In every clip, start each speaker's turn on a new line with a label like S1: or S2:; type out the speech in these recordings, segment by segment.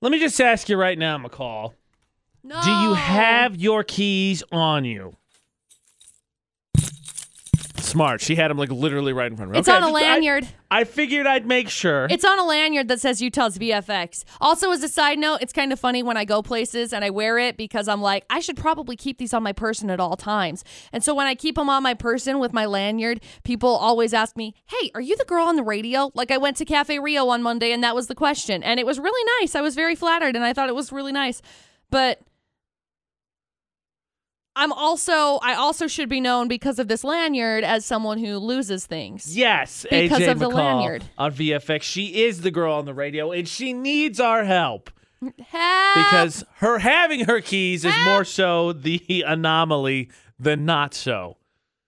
S1: Let me just ask you right now, McCall.
S2: No.
S1: Do you have your keys on you? Smart. She had them like literally right in front of her.
S2: It's
S1: Okay,
S2: on
S1: I
S2: a
S1: just- I-
S2: lanyard.
S1: I, figured I'd make sure.
S2: It's on a lanyard that says Utah's VFX. Also, as a side note, it's kind of funny when I go places and I wear it because I'm like, I should probably keep these on my person at all times. And so when I keep them on my person with my lanyard, people always ask me, Hey, are you the girl on the radio? Like I went to Cafe Rio on Monday and that was the question. And it was really nice. I was very flattered and I thought it was really nice. But I'm also, I also should be known because of this lanyard as someone who loses things.
S1: yes,
S2: Because
S1: AJ
S2: of the
S1: McCall
S2: lanyard.
S1: on VFX. She is the girl on the radio, and she needs our help
S2: Help!
S1: because her having her keys is more so the anomaly than not so.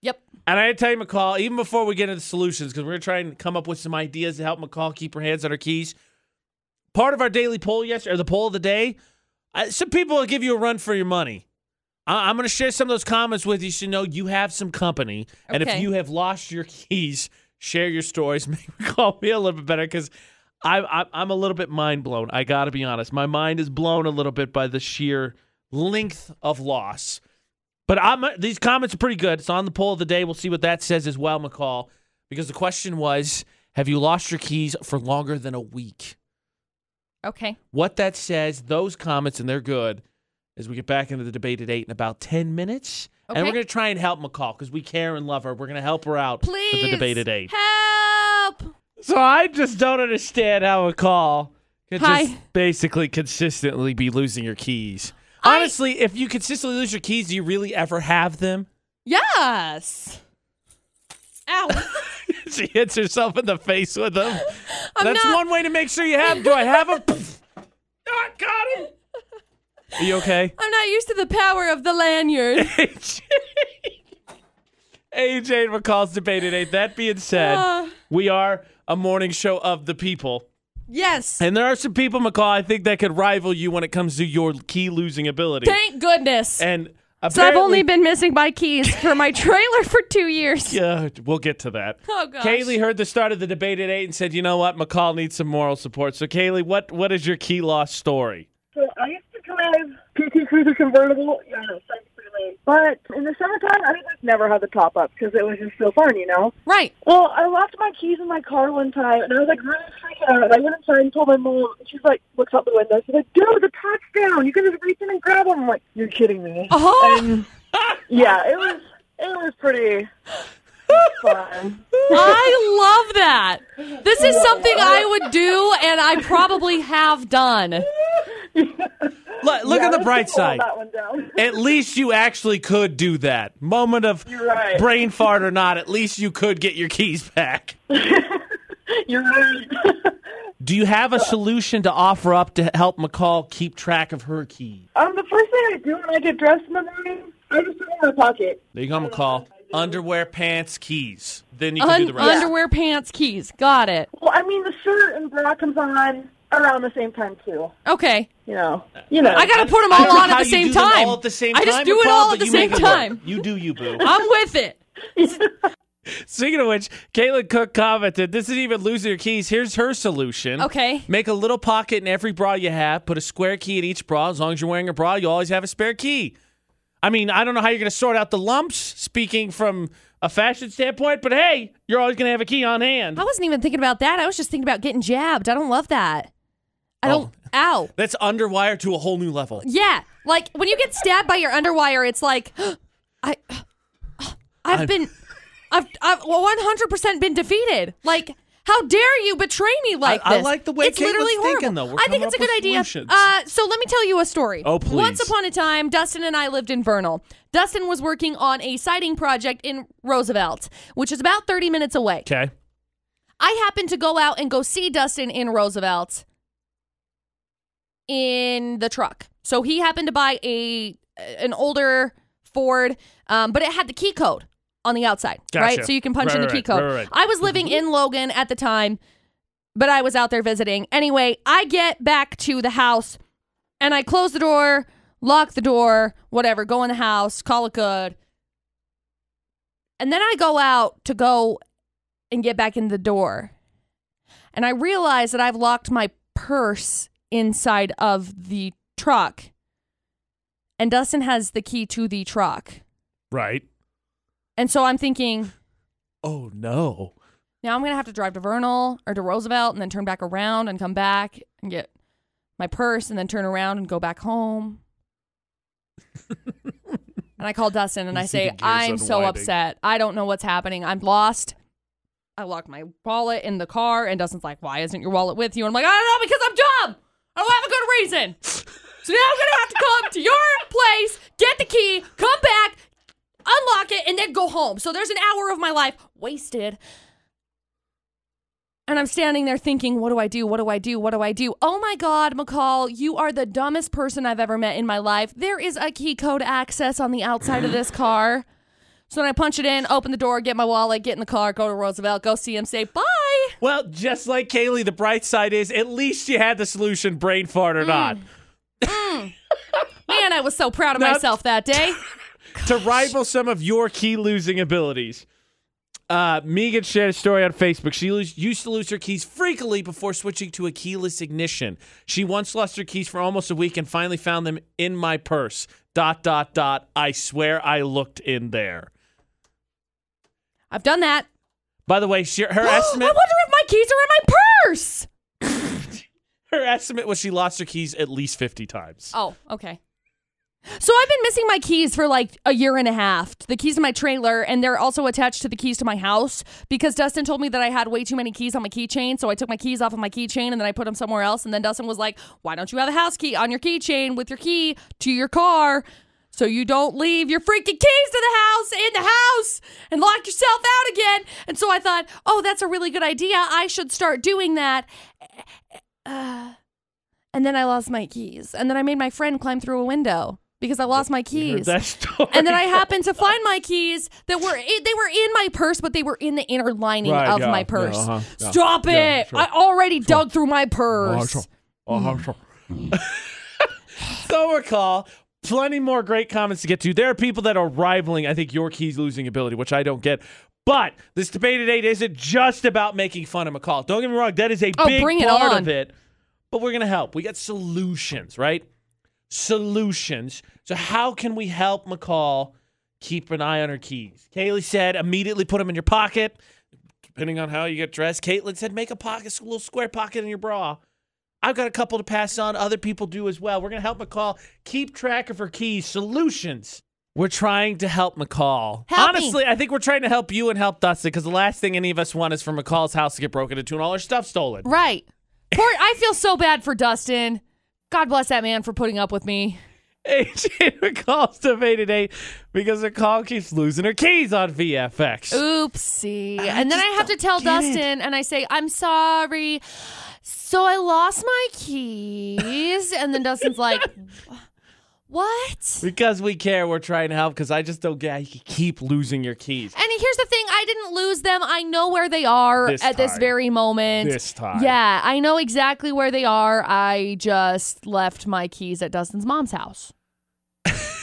S2: Yep.
S1: And I had to tell you, McCall, even before we get into the solutions, because we're going to try and come up with some ideas to help McCall keep her hands on her keys. Part of our daily poll yesterday, or the poll of the day, uh, some people will give you a run for your money. I- I'm going to share some of those comments with you so you know you have some company. And if
S2: Okay.
S1: you have lost your keys, share your stories. Make McCall feel a little bit better because I'm, I'm a little bit mind blown. I got to be honest. My mind is blown a little bit by the sheer length of loss. But I'm, these comments are pretty good. It's on the poll of the day. We'll see what that says as well, McCall. Because the question was, have you lost your keys for longer than a week?
S2: Okay.
S1: What that says, those comments, and they're good, as we get back into the debate at eight in about ten minutes. And
S2: Okay.
S1: we're gonna try and help McCall because we care and love her. We're gonna help her out
S2: Please.
S1: with the debate at eight.
S2: Help.
S1: So I just don't understand how McCall could
S2: Hi.
S1: just basically consistently be losing your keys.
S2: I-
S1: Honestly, if you consistently lose your keys, do you really ever have them?
S2: Yes. Ow.
S1: she hits herself in the face with them.
S2: I'm
S1: That's
S2: not-
S1: one way to make sure you have. 'em. Do I have them? I got him. Are you okay?
S2: I'm not used to the power of the lanyard.
S1: AJ AJ and McCall's debate today. That being said,
S2: Uh.
S1: we are a morning show of the people.
S2: yes.
S1: And there are some people, McCall, I think that could rival you when it comes to your key losing ability.
S2: Thank goodness.
S1: And
S2: so I've
S1: apparently-
S2: only been missing my keys for my trailer for two years.
S1: Yeah, we'll get to that.
S2: Oh, gosh.
S1: Kaylee heard the start of the debate at eight and said, "You know what? McCall needs some moral support." So, Kaylee, what what is your key loss story?
S3: So I used to drive PT Cruiser convertible. Yeah, no, sounds pretty lame. But in the summertime, I like never had the top up because it was just so fun, you know.
S2: Right.
S3: Well, I left my keys in my car one time, and I was like really freaking out. And I went inside and told my mom. And she's like, looks out the window. She's like, "Dude, the touchdown! You can just reach in and grab them." I'm like, "You're kidding me."
S2: Oh,
S3: Yeah, it was. It was pretty fun.
S2: I love that. This is something I would do and I probably have done.
S1: Look, look
S3: Yeah,
S1: at the
S3: let's
S1: bright
S3: just roll
S1: side.
S3: That one down.
S1: At least you actually could do that. Moment of
S3: You're right.
S1: brain fart or not, at least you could get your keys back.
S3: You're right.
S1: Do you have a solution to offer up to help McCall keep track of her keys?
S3: um, the first thing I do when I get dressed in the morning, I just put it in my pocket.
S1: There you go, McCall. Underwear, pants, keys. Then you can do
S2: Un-
S1: the rest.
S2: underwear, pants, keys. Got it.
S3: Well, I mean, the shirt and bra comes on around the same time too.
S2: Okay.
S3: You know, you know.
S2: I got to put them
S1: I don't
S2: all
S1: know
S2: on
S1: how
S2: at the
S1: you
S2: same
S1: do them
S2: time.
S1: all at the same
S2: I just
S1: time,
S2: do it
S1: McCall,
S2: all
S1: but
S2: at the
S1: you
S2: same
S1: make it work.
S2: time.
S1: You do you, boo.
S2: I'm with it.
S1: Speaking of which, Caitlin Cook commented, "This isn't even losing your keys. Here's her solution.
S2: Okay.
S1: make a little pocket in every bra you have. Put a square key in each bra. As long as you're wearing a bra, you always have a spare key. I mean, I don't know how you're going to sort out the lumps. Speaking from a fashion standpoint, but hey, you're always going to have a key on hand.
S2: I wasn't even thinking about that. I was just thinking about getting jabbed. I don't love that. I
S1: Oh.
S2: don't. Ow.
S1: That's underwire to a whole new level.
S2: Yeah. Like when you get stabbed by your underwire, it's like, I, I've
S1: I'm-
S2: been, I've, I've 100% been defeated. Like, how dare you betray me like
S1: I
S2: this?
S1: like the way
S2: it's
S1: Caitlin's
S2: literally horrible.
S1: thinking, though. We're
S2: I think
S1: coming
S2: it's a
S1: up with
S2: good idea.
S1: solutions.
S2: Uh, so let me tell you a story.
S1: Oh, please.
S2: Once upon a time, Dustin and I lived in Vernal. Dustin was working on a siding project in Roosevelt, which is about 30 minutes away.
S1: Okay.
S2: I happened to go out and go see Dustin in Roosevelt in the truck. So he happened to buy a an older Ford, um, but it had the key code on the outside,
S1: Gotcha.
S2: right? So you can punch
S1: Right,
S2: in the
S1: right,
S2: key
S1: right,
S2: code.
S1: right, Mm-hmm. right.
S2: I was living in Logan at the time, but I was out there visiting. Anyway, I get back to the house and I close the door, lock the door, whatever, go in the house, call it good. And then I go out to go and get back in the door. And I realize that I've locked my purse inside of the truck. And Dustin has the key to the truck.
S1: Right.
S2: And so I'm thinking,
S1: Oh no.
S2: now I'm going to have to drive to Vernal or to Roosevelt and then turn back around and come back and get my purse and then turn around and go back home. and I call Dustin and
S1: You
S2: I
S1: see the
S2: say,
S1: gears
S2: I'm so
S1: unwinding.
S2: upset. I don't know what's happening. I'm lost. I locked my wallet in the car and Dustin's like, Why isn't your wallet with you? And I'm like, I don't know because I'm dumb. I don't have a good reason. So now I'm going to have to come to your place, get the key, come back, unlock it, and then go home. So there's an hour of my life wasted. And I'm standing there thinking, what do I do? What do I do? What do I do? Oh my God, McCall, you are the dumbest person I've ever met in my life. There is a key code access on the outside of this car. So then I punch it in, open the door, get my wallet, get in the car, go to Roosevelt, go see him, say bye.
S1: Well, just like Kaylee, the bright side is at least you had the solution, brain fart or not.
S2: Man, I was so proud of
S1: Now-
S2: myself that day.
S1: to rival some of your key losing abilities. Uh, Megan shared a story on Facebook. She lose, used to lose her keys frequently before switching to a keyless ignition. She once lost her keys for almost a week and finally found them in my purse. Dot dot dot. I swear I looked in there.
S2: I've done that.
S1: By the way, she, her
S2: I
S1: estimate
S2: wonder if my keys are in my purse.
S1: her estimate was she lost her keys at least fifty times.
S2: Oh, okay. So I've been missing my keys for like a year and a half. The keys to my trailer, and they're also attached to the keys to my house because Dustin told me that I had way too many keys on my keychain. So I took my keys off of my keychain and then I put them somewhere else. And then Dustin was like, "Why don't you have a house key on your keychain with your key to your car?" So you don't leave your freaking keys to the house in the house and lock yourself out again. And so I thought, oh, that's a really good idea. I should start doing that. And then I lost my keys. And then I made my friend climb through a window because I lost my
S1: You heard
S2: keys.
S1: that story.
S2: And then I happened to find my keys that were i- they were in my purse, but they were in the inner lining
S1: Right,
S2: of
S1: yeah, yeah,
S2: my purse.
S1: uh-huh, yeah.
S2: Stop it!
S1: Yeah, sure,
S2: I already dug through my purse.
S1: Oh,
S2: Hmm.
S1: so recall plenty more great comments to get to there are people that are rivaling i think your keys losing ability which i don't get but this debate at eight isn't just about making fun of mccall don't get me wrong that is a
S2: Oh,
S1: big
S2: bring it
S1: part
S2: on.
S1: of it but we're gonna help we got solutions right solutions so how can we help mccall keep an eye on her keys kaylee said immediately put them in your pocket depending on how you get dressed caitlin said make a pocket a little square pocket in your bra I've got a couple to pass on. Other people do as well. We're going to help McCall keep track of her keys. Solutions. We're trying to help McCall.
S2: Help me.
S1: Honestly, I think we're trying to help you and help Dustin because the last thing any of us want is for McCall's house to get broken into and all her stuff stolen.
S2: Right. Poor. I feel so bad for Dustin. God bless that man for putting up with me.
S1: Agent McCall's debated eight because McCall keeps losing her keys on VFX.
S2: Oopsie.
S1: I
S2: and then
S1: just
S2: I have to tell
S1: get it.
S2: Dustin and I say, I'm sorry. So I lost my keys. and then Dustin's like, What?
S1: Because we care, we're trying to help because I just don't get how you can keep losing your keys.
S2: And here's the thing I didn't lose them. I know where they are
S1: This
S2: at this
S1: time.
S2: very moment.
S1: This time.
S2: Yeah, I know exactly where they are. I just left my keys at Dustin's mom's house,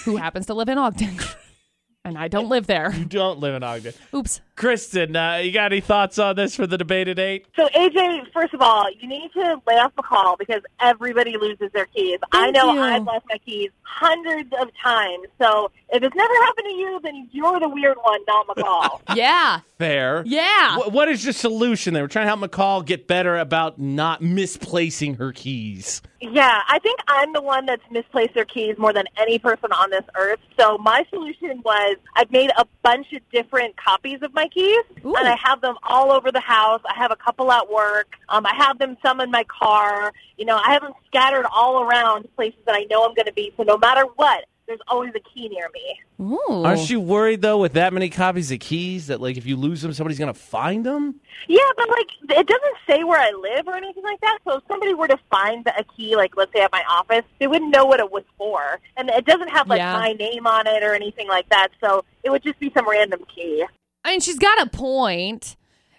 S2: who happens to live in Ogden. and I don't live there.
S1: You don't live in Ogden.
S2: Oops.
S1: Kristen, uh, you got any thoughts on this for the debated eight?
S3: So AJ, first of all, you need to lay off McCall because everybody loses their keys. I
S2: Thank
S3: know
S2: you.
S3: I've lost my keys hundreds of times. So if it's never happened to you, then you're the weird one, not McCall.
S2: Yeah.
S1: Fair.
S2: Yeah.
S1: Wh- what is the solution there? We're trying to help McCall get better about not misplacing her keys.
S3: yeah, I think I'm the one that's misplaced their keys more than any person on this earth. So my solution was I've made a bunch of different copies of my keys,
S2: Ooh.
S3: and I have them all over the house. I have a couple at work. Um, I have them some in my car. You know, I have them scattered all around places that I know I'm going to be. So no matter what, there's always a key near me.
S2: Ooh.
S1: Aren't you worried though, with that many copies of keys, that like if you lose them, somebody's gonna find them?
S3: Yeah, but like it doesn't say where I live or anything like that. So if somebody were to find a key, like let's say at my office, they wouldn't know what it was for, and it doesn't have like
S2: Yeah.
S3: my name on it or anything like that. So it would just be some random key.
S2: I mean, she's got a point.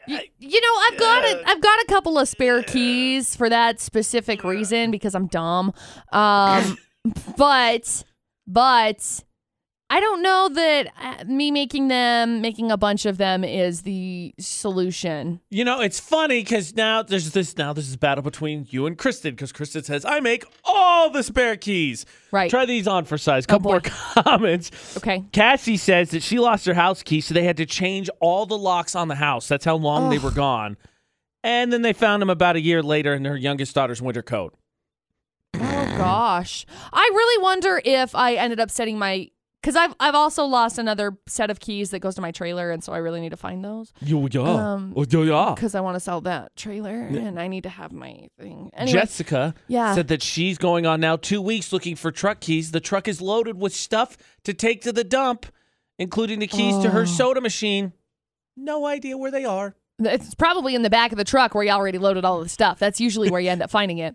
S2: You, you know, I've got a, I've got a couple of spare keys for that specific reason because I'm dumb. Um, but but I don't know that uh, me making them, making a bunch of them is the solution.
S1: You know, it's funny because now there's this now there's this battle between you and Kristen because Kristen says I make all the spare keys.
S2: Right. Oh,
S1: Try these on for size. Couple more comments.
S2: Okay.
S1: Cassie says that she lost her house key, so they had to change all the locks on the house. That's how long they were gone. And then they found him about a year later in her youngest daughter's winter coat.
S2: Oh gosh. I really wonder if I ended up setting my cuz I've I've also lost another set of keys that goes to my trailer and so I really need to find those
S1: Yo yeah.
S2: Um,
S1: Oh, yo, yeah.
S2: cuz I want to sell that trailer and I need to have my thing. Anyway,
S1: Jessica
S2: Yeah.
S1: said that she's going on now two weeks looking for truck keys. The truck is loaded with stuff to take to the dump, including the keys to her soda machine. No idea where they are.
S2: it's probably in the back of the truck where you already loaded all the stuff. That's usually where you end up finding it.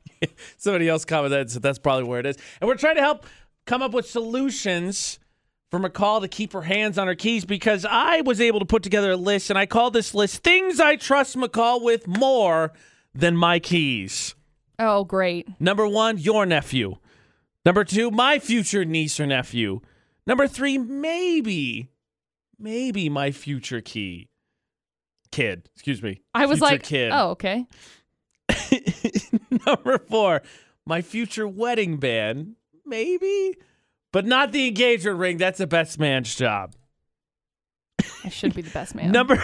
S1: Somebody else commented that, so that's probably where it is. And we're trying to help come up with solutions for McCall to keep her hands on her keys because I was able to put together a list, and I call this list Things I Trust McCall with More Than My Keys.
S2: Oh, great.
S1: Number one, your nephew. Number two, my future niece or nephew. Number three, maybe, maybe my future key kid. Excuse me.
S2: I was
S1: Future
S2: like,
S1: kid.
S2: "Oh, okay."
S1: Number four, my future wedding band. Maybe, but not the engagement ring. That's a best man's job.
S2: I should be the best man.
S1: Number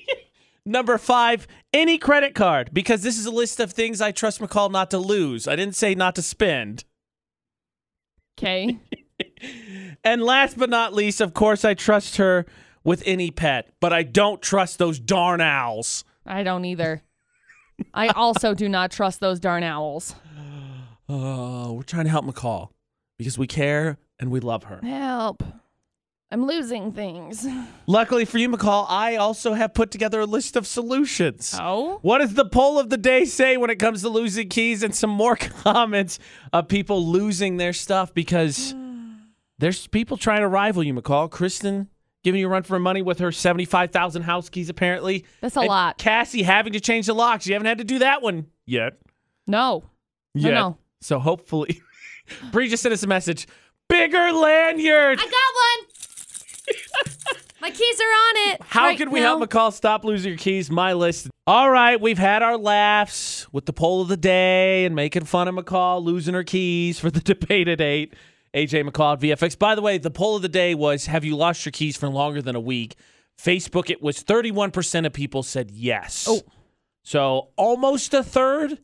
S1: number five, any credit card because this is a list of things I trust McCall not to lose. I didn't say not to spend.
S2: okay.
S1: And last but not least, of course, I trust her with any pet, but I don't trust those darn owls.
S2: I don't either. I also do not trust those darn owls.
S1: Oh, we're trying to help McCall because we care and we love her.
S2: Help. I'm losing things.
S1: Luckily for you, McCall, I also have put together a list of solutions.
S2: Oh?
S1: What does the poll of the day say when it comes to losing keys? And some more comments of people losing their stuff because there's people trying to rival you, McCall. Kristen giving you a run for money with her 75,000 house keys, apparently.
S2: That's a
S1: And
S2: lot.
S1: Cassie having to change the locks. You haven't had to do that one yet.
S2: No.
S1: Yet.
S2: no.
S1: So hopefully, Bree just sent us a message. Bigger lanyard.
S2: I got one. My keys are on it.
S1: How
S2: right
S1: can we
S2: now.
S1: help McCall stop losing your keys? My list. All right, we've had our laughs with the poll of the day and making fun of McCall losing her keys for the debate at eight. AJ McCall at VFX. By the way, the poll of the day was Have you lost your keys for longer than a week? Facebook, it was 31% of people said yes.
S2: Oh.
S1: So almost a third.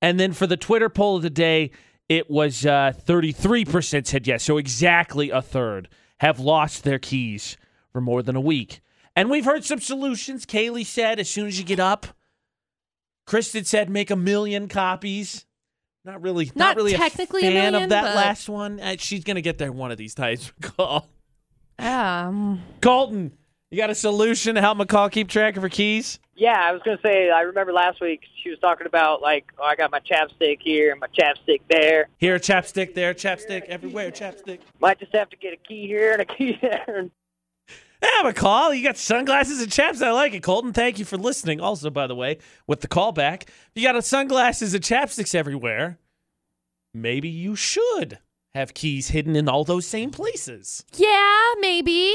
S1: And then for the Twitter poll of the day, it was uh, 33% said yes. So exactly a third have lost their keys for more than a week. And we've heard some solutions. Kaylee said, as soon as you get up, Kristen said, make a million copies. Not really, not,
S2: Not
S1: really
S2: technically
S1: a
S2: a
S1: fan of
S2: million,
S1: that
S2: but-
S1: last one. Uh, she's gonna get there one of these times. Call
S2: Um,
S1: Colton. You got a solution to help McCall keep track of her keys?
S4: Yeah, I was gonna say. I remember last week she was talking about like, oh, I got my chapstick here and my chapstick there.
S1: Here, a chapstick. There, a chapstick. Everywhere, chapstick.
S4: Might just have to get a key here and a key there. And
S1: Yeah, McCall, you got sunglasses and chaps. I like it, Colton. Thank you for listening. Also, by the way, with the callback, you got a sunglasses and chapsticks everywhere. Maybe you should have keys hidden in all those same places.
S2: yeah, maybe.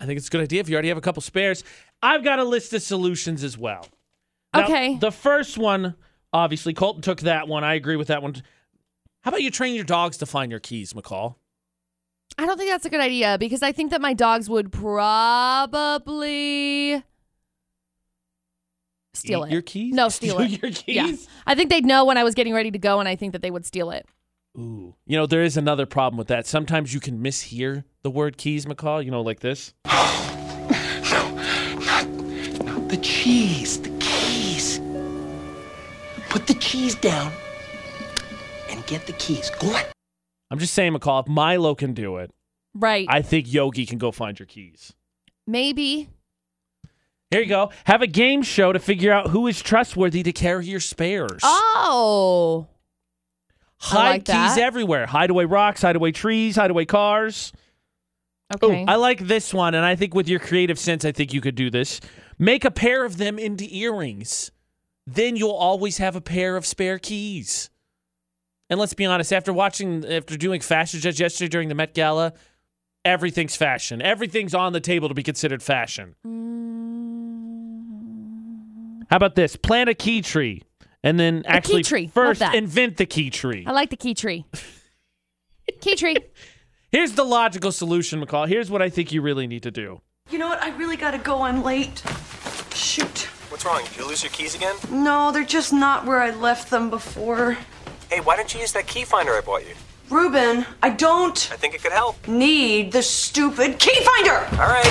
S1: I think it's a good idea if you already have a couple spares. I've got a list of solutions as well. Now,
S2: Okay.
S1: The first one, obviously, Colton took that one. I agree with that one. How about you train your dogs to find your keys, McCall?
S2: I don't think that's a good idea because I think that my dogs would probably steal
S1: Eat
S2: it.
S1: your keys?
S2: No, steal it.
S1: Your keys?
S2: Yeah. I think they'd know when I was getting ready to go, and I think that they would steal it.
S1: Ooh. You know, there is another problem with that. Sometimes you can mishear the word keys, McCall, you know, like this.
S5: The cheese, the keys. Put the cheese down and get the keys. Go on.
S1: I'm just saying, McCall, if Milo can do it,
S2: Right.
S1: I think Yogi can go find your keys.
S2: maybe.
S1: Here you go. Have a game show to figure out who is trustworthy to carry your spares.
S2: Oh.
S1: Hide
S2: like
S1: keys
S2: that.
S1: everywhere. Hideaway rocks, hideaway trees, hideaway cars.
S2: Okay.
S1: Ooh, Oh, I like this one, and I think with your creative sense, I think you could do this. Make a pair of them into earrings. Then you'll always have a pair of spare keys. And let's be honest, after watching, after doing fashion judge yesterday during the Met Gala, everything's fashion. Everything's on the table to be considered fashion.
S2: Mm.
S1: How about this? Plant a key tree, and then actually
S2: tree. Love
S1: first
S2: that. Oh.
S1: invent the key tree.
S2: I like the key tree. key tree.
S1: Here's the logical solution, McCall. Here's what I think you really need to do.
S6: You know what? I really gotta go. I'm late. Shoot.
S7: What's wrong? Did you lose your keys again?
S6: No, they're just not where I left them before.
S7: Hey, why don't you use that key finder I bought you?
S6: Reuben, I don't
S7: I think it could help.
S6: need the stupid key finder!
S7: All right.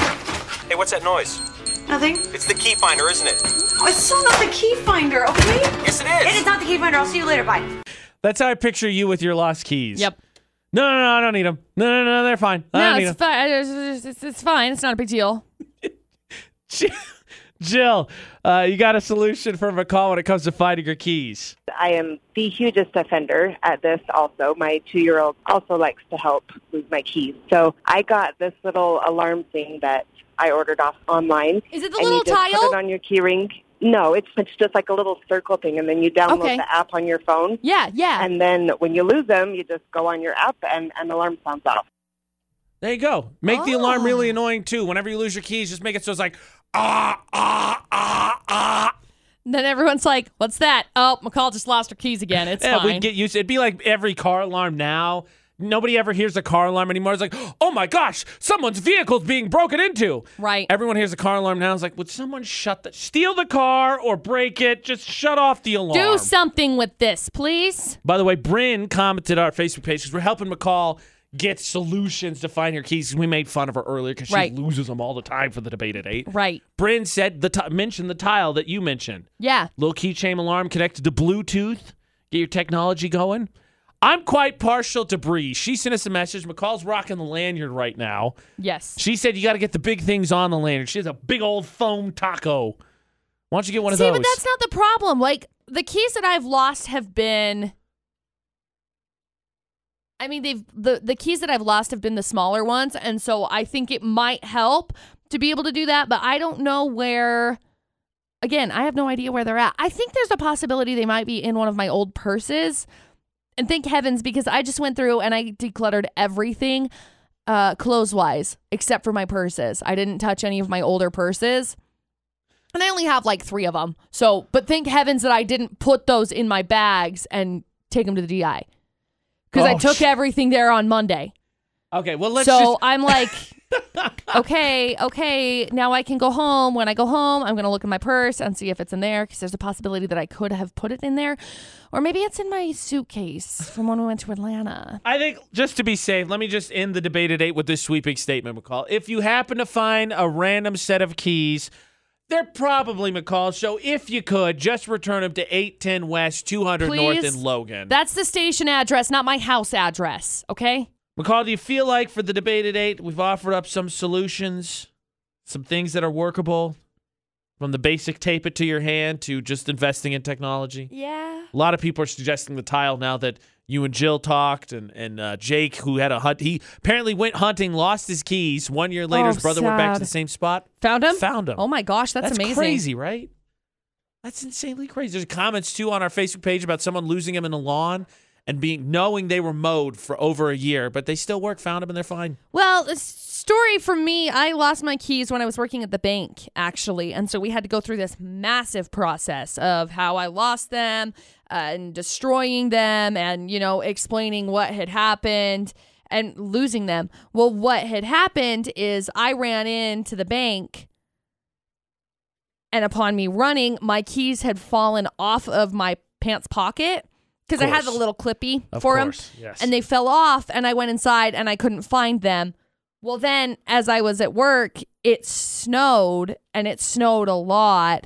S7: Hey, what's that noise?
S6: Nothing?
S7: It's the key finder, isn't it?
S6: Oh, it's still not the key finder, okay?
S7: Yes, it
S6: It
S7: is.
S6: is not the key finder. I'll see you later. Bye.
S1: That's how I picture you with your lost keys.
S2: Yep.
S1: No, no, no, I don't need them. No, no, no, they're fine. I
S2: No,
S1: don't need
S2: it's fine. It's, it's, it's fine. It's not a big deal.
S1: them. Jill, uh, you got a solution for McCall when it comes to finding your keys.
S8: I am the hugest offender at this also. My two year old also likes to help lose my keys. So I got this little alarm thing that I ordered off online.
S2: Is it the
S8: and
S2: little
S8: you just
S2: tile?
S8: Put it on your key ring. No, it's it's just like a little circle thing and then you download
S2: Okay.
S8: the app on your phone
S2: yeah, yeah.
S8: and then when you lose them you just go on your app and an alarm sounds off.
S1: There you go. Make the alarm
S2: Oh.
S1: really annoying too. Whenever you lose your keys, just make it so it's like ah ah ah ah.
S2: And then everyone's like, "What's that?" Oh, McCall just lost her keys again. It's
S1: Yeah,
S2: fine.
S1: we'd get used. It'd be like every car alarm now. Nobody ever hears a car alarm anymore. It's like, oh my gosh, someone's vehicle's being broken into.
S2: Right.
S1: Everyone hears a car alarm now. It's like, would someone shut the steal the car or break it? Just shut off the alarm.
S2: Do something with this, please.
S1: By the way, Bryn commented on our Facebook page because we're helping McCall get solutions to find her keys. 'cause We made fun of her earlier because she
S2: Right.
S1: loses them all the time for the debate at eight.
S2: Right.
S1: Bryn said the t- mentioned the tile that you mentioned.
S2: Yeah.
S1: Little keychain alarm connected to Bluetooth. Get your technology going. I'm quite partial to Bree. She sent us a message. McCall's rocking the lanyard right now.
S2: Yes.
S1: She said you got to get the big things on the lanyard. She has a big old foam taco. Why don't you get one
S2: See,
S1: of those?
S2: but that's not the problem. Like the keys that I've lost have been I mean, they've the the keys that I've lost have been the smaller ones, and so I think it might help to be able to do that, but I don't know where again, I have no idea where they're at. I think there's a possibility they might be in one of my old purses. And thank heavens because I just went through and I decluttered everything uh clothes wise except for my purses. I didn't touch any of my older purses. And I only have like three of them. So, but thank heavens that I didn't put those in my bags and take them to the DI. Because I
S1: Oh,
S2: took
S1: sh-
S2: everything there on Monday.
S1: okay, well, let's
S2: so
S1: just.
S2: I'm like, okay, okay, now I can go home. When I go home, I'm going to look in my purse and see if it's in there because there's a possibility that I could have put it in there. Or maybe it's in my suitcase from when we went to Atlanta.
S1: I think just to be safe, let me just end the debate at eight with this sweeping statement, McCall. If you happen to find a random set of keys, they're probably McCall. So if you could, just return them to 810 West, 200 North
S2: Please?
S1: in Logan.
S2: That's the station address, not my house address, okay?
S1: McCall, do you feel like for the debate at eight, we've offered up some solutions, some things that are workable, from the basic tape it to your hand to just investing in technology?
S2: Yeah.
S1: A lot of people are suggesting the tile now that you and Jill talked, and and uh, Jake, who had a hunt, he apparently went hunting, lost his keys. One year later,
S2: Oh,
S1: his brother went back to
S2: sad.
S1: the same spot.
S2: Found him?
S1: Found him.
S2: Oh my gosh, that's, amazing.
S1: crazy, right? That's insanely crazy. There's comments too on our Facebook page about someone losing them in the lawn and being knowing they were mowed for over a year, but they still work, found them, and they're fine.
S2: Well, the s- story for me, I lost my keys when I was working at the bank, actually. And so we had to go through this massive process of how I lost them uh, and destroying them and, you know, explaining what had happened and losing them. Well, what had happened is I ran into the bank. And upon me running, my keys had fallen off of my pants pocket because I had the
S1: course.
S2: little clippy
S1: Of
S2: for them
S1: course, yes.
S2: and they fell off and i went inside and i couldn't find them well then as i was at work it snowed and it snowed a lot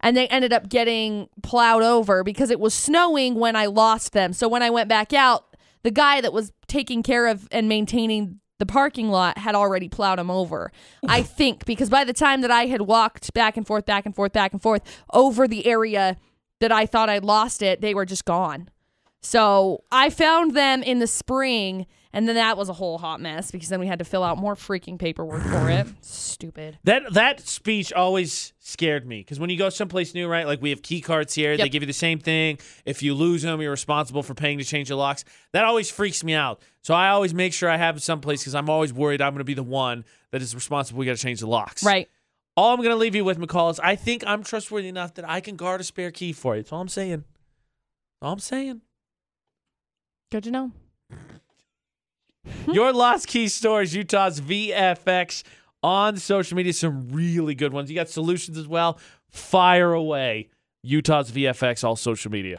S2: and they ended up getting plowed over because it was snowing when i lost them so when i went back out the guy that was taking care of and maintaining the parking lot had already plowed them over i think because by the time that i had walked back and forth back and forth back and forth over the area that i thought i lost it they were just gone So I found them in the spring, and then that was a whole hot mess because then we had to fill out more freaking paperwork for it. Stupid.
S1: That that speech always scared me because when you go someplace new, right? Like we have key cards here; they
S2: Yep.
S1: give you the same thing. If you lose them, you're responsible for paying to change the locks. That always freaks me out. So I always make sure I have them someplace because I'm always worried I'm going to be the one that is responsible. We got to change the locks,
S2: Right.
S1: All I'm going to leave you with, McCall, is I think I'm trustworthy enough that I can guard a spare key for you. That's all I'm saying. All I'm saying.
S2: Good to know.
S1: Your lost key stores, Utah's VFX on social media. Some really good ones. You got solutions as well. Fire away. Utah's VFX, all social media.